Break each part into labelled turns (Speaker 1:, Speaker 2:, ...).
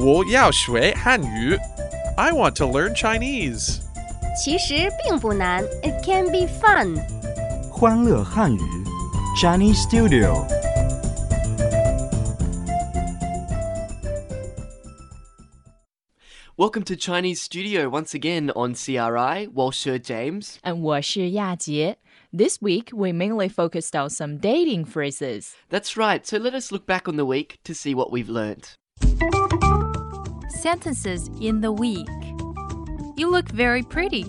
Speaker 1: 我要学汉语。I want to learn Chinese.
Speaker 2: 其实并不难，It can be fun。
Speaker 3: 欢乐汉语 Chinese Studio。
Speaker 4: Welcome to Chinese Studio once again on CRI. Walsher James.
Speaker 5: and 我是亚杰. This week, we mainly focused on some dating phrases.
Speaker 4: That's right. So let us look back on the week to see what we've learnt.
Speaker 6: sentences in the week. You look very pretty.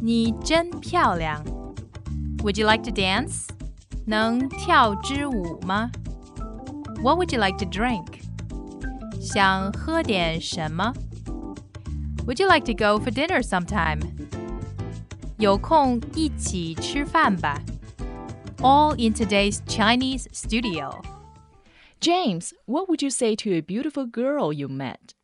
Speaker 6: 你真漂亮. Would you like to dance? 能跳支舞吗? What would you like to drink? 想喝点什么? Would you like to go for dinner sometime? 有空一起吃饭吧. All in today's Chinese studio.
Speaker 5: James, what would you say to a beautiful girl you met?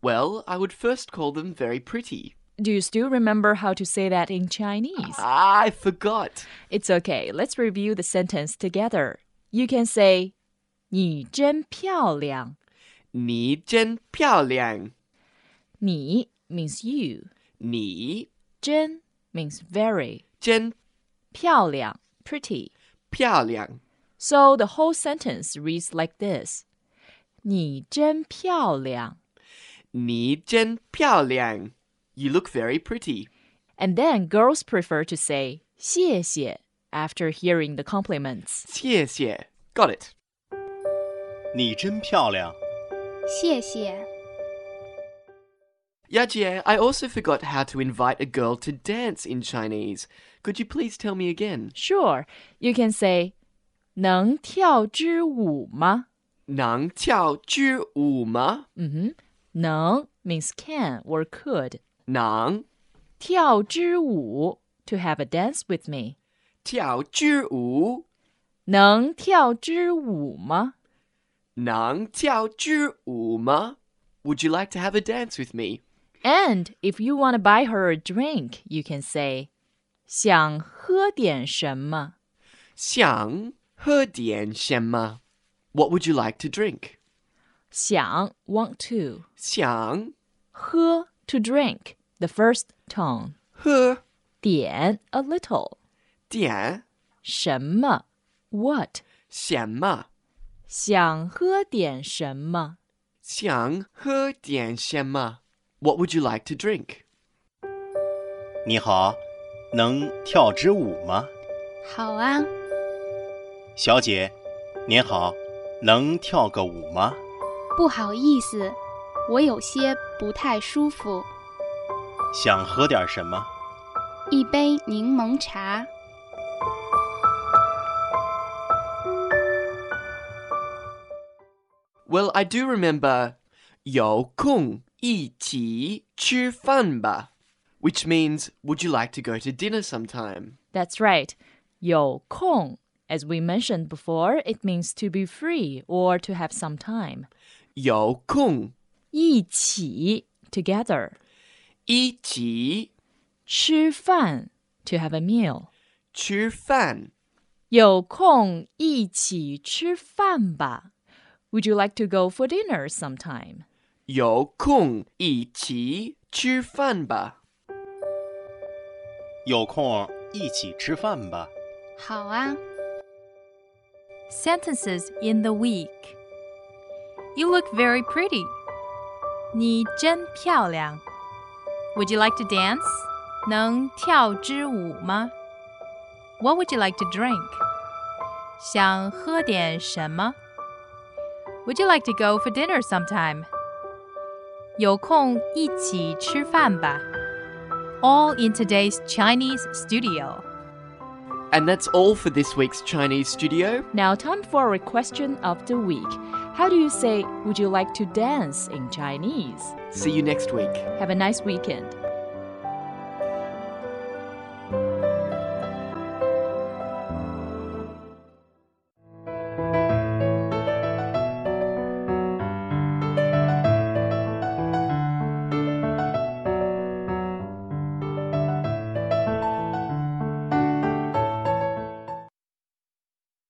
Speaker 4: Well, I would first call them very pretty.
Speaker 5: Do you still remember how to say that in Chinese?
Speaker 4: Ah, I forgot.
Speaker 5: It's okay. Let's review the sentence together. You can say 你真漂亮.
Speaker 4: 你真漂亮.
Speaker 5: 你 means you. 真 means very.
Speaker 4: 你真漂亮.
Speaker 5: 漂亮 pretty. So the whole sentence reads like this. 你真漂亮.
Speaker 4: 你真漂亮. You look very pretty.
Speaker 5: And then girls prefer to say 谢谢 after hearing the compliments.
Speaker 4: 谢谢. Got it.
Speaker 7: 你真漂亮，
Speaker 2: 谢谢，
Speaker 4: Yajie, I also forgot how to invite a girl to dance in Chinese. Could you please tell me again?
Speaker 5: Sure, you can say 能跳支舞吗?
Speaker 4: 能跳支舞吗?
Speaker 5: Mm-hmm. 能 means can or could.
Speaker 4: 能
Speaker 5: 跳支舞 to have a dance with me.
Speaker 4: 跳支舞，
Speaker 5: 能跳支舞吗?
Speaker 4: 能跳支舞吗? Would you like to have a dance with me?
Speaker 5: And if you want to buy her a drink, you can say 想喝点什么?
Speaker 4: 想喝点什么? What would you like to drink?
Speaker 5: 想 want to.
Speaker 4: 想喝
Speaker 5: 喝 to drink the first tone 点 a little 什么 what
Speaker 4: 点什么？想喝点什么？
Speaker 5: 想喝点什么
Speaker 4: What would you like to drink?
Speaker 7: 你好，能跳支舞吗？
Speaker 2: 好啊，
Speaker 7: 小姐，您好，能跳个舞吗？
Speaker 8: 不好意思，我有些不太舒服。
Speaker 7: 想喝点什么？
Speaker 8: 一杯柠檬茶。
Speaker 4: Well, I do remember 有空一起吃饭吧, which means would you like to go to dinner sometime?
Speaker 5: That's right 有空 as we mentioned before it means to be free or to have some time 一起 together
Speaker 4: 有空一起吃饭.
Speaker 5: 吃饭 to have a meal 有空一起吃饭吧 Would you like to go for dinner sometime?
Speaker 4: 有空一起吃饭吧。
Speaker 7: 有空一起吃饭吧。
Speaker 8: 好啊，
Speaker 6: Sentences in the week. You look very pretty. 你真漂亮. Would you like to dance? 能跳支舞吗? What would you like to drink? 想喝点什么? Would you like to go for dinner sometime? 有空一起吃饭吧. All in today's Chinese studio.
Speaker 4: And that's all for this week's Chinese studio.
Speaker 5: Now, time for a question of the week. How do you say, would you like to dance in Chinese?
Speaker 4: See you next week.
Speaker 5: Have a nice weekend.